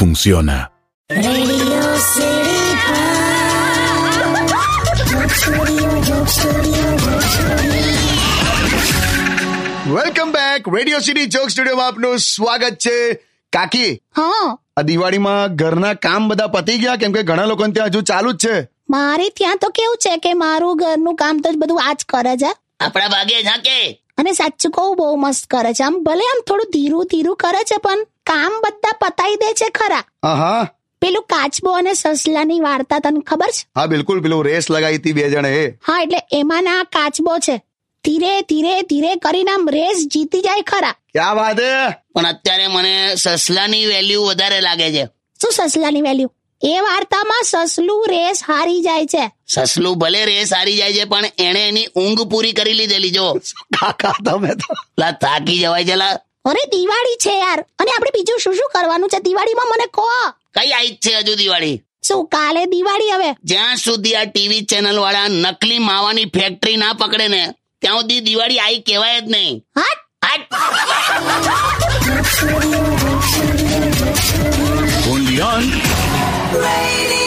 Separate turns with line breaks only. funciona.
Welcome back radio city joke studio આપનું સ્વાગત છે કાકી
હા
આ દિવાળીમાં ઘરના કામ બધા પતી ગયા કેમ કે ઘણા લોકોને ત્યાં હજુ ચાલુ જ છે
મારે ત્યાં તો કેવું છે કે મારું ઘરનું કામ તો બધું આ જ કરે છે
આપણા ભાગે ના કે
અને સાચું કહું બહુ મસ્ત કરે છે આમ ભલે આમ થોડું ધીરું ધીરું કરે છે પણ કામ બધા પતાઈ દે છે ખરા
આહા
પેલું કાચબો અને સસલાની વાર્તા તને ખબર છે
હા બિલકુલ પેલું રેસ લગાવી હતી બે જણે એ
હા એટલે એમાં ના આ કાચબો છે ધીરે ધીરે ધીરે કરીને આમ રેસ જીતી જાય ખરા
ક્યાં વાત હે
પણ અત્યારે મને સસલાની વેલ્યુ વધારે લાગે છે
શું સસલાની વેલ્યુ એ વાર્તામાં સસલું રેસ હારી જાય છે
સસલું ભલે રેસ હારી જાય છે પણ એણે એની ઊંઘ પૂરી કરી લીધેલી જો
કાકા તમે તો
લા થાકી જવાય છે લા
અરે દિવાળી છે યાર અને આપણે બીજું શું શું કરવાનું છે દિવાળીમાં મને કહો
કઈ આઈ જ છે હજુ દિવાળી
શું કાલે દિવાળી હવે
જ્યાં સુધી આ ટીવી ચેનલ વાળા નકલી માવાની ફેક્ટરી ના પકડે ને ત્યાં સુધી દિવાળી આઈ કહેવાય જ નહીં
હા
આ
Con León.
Radio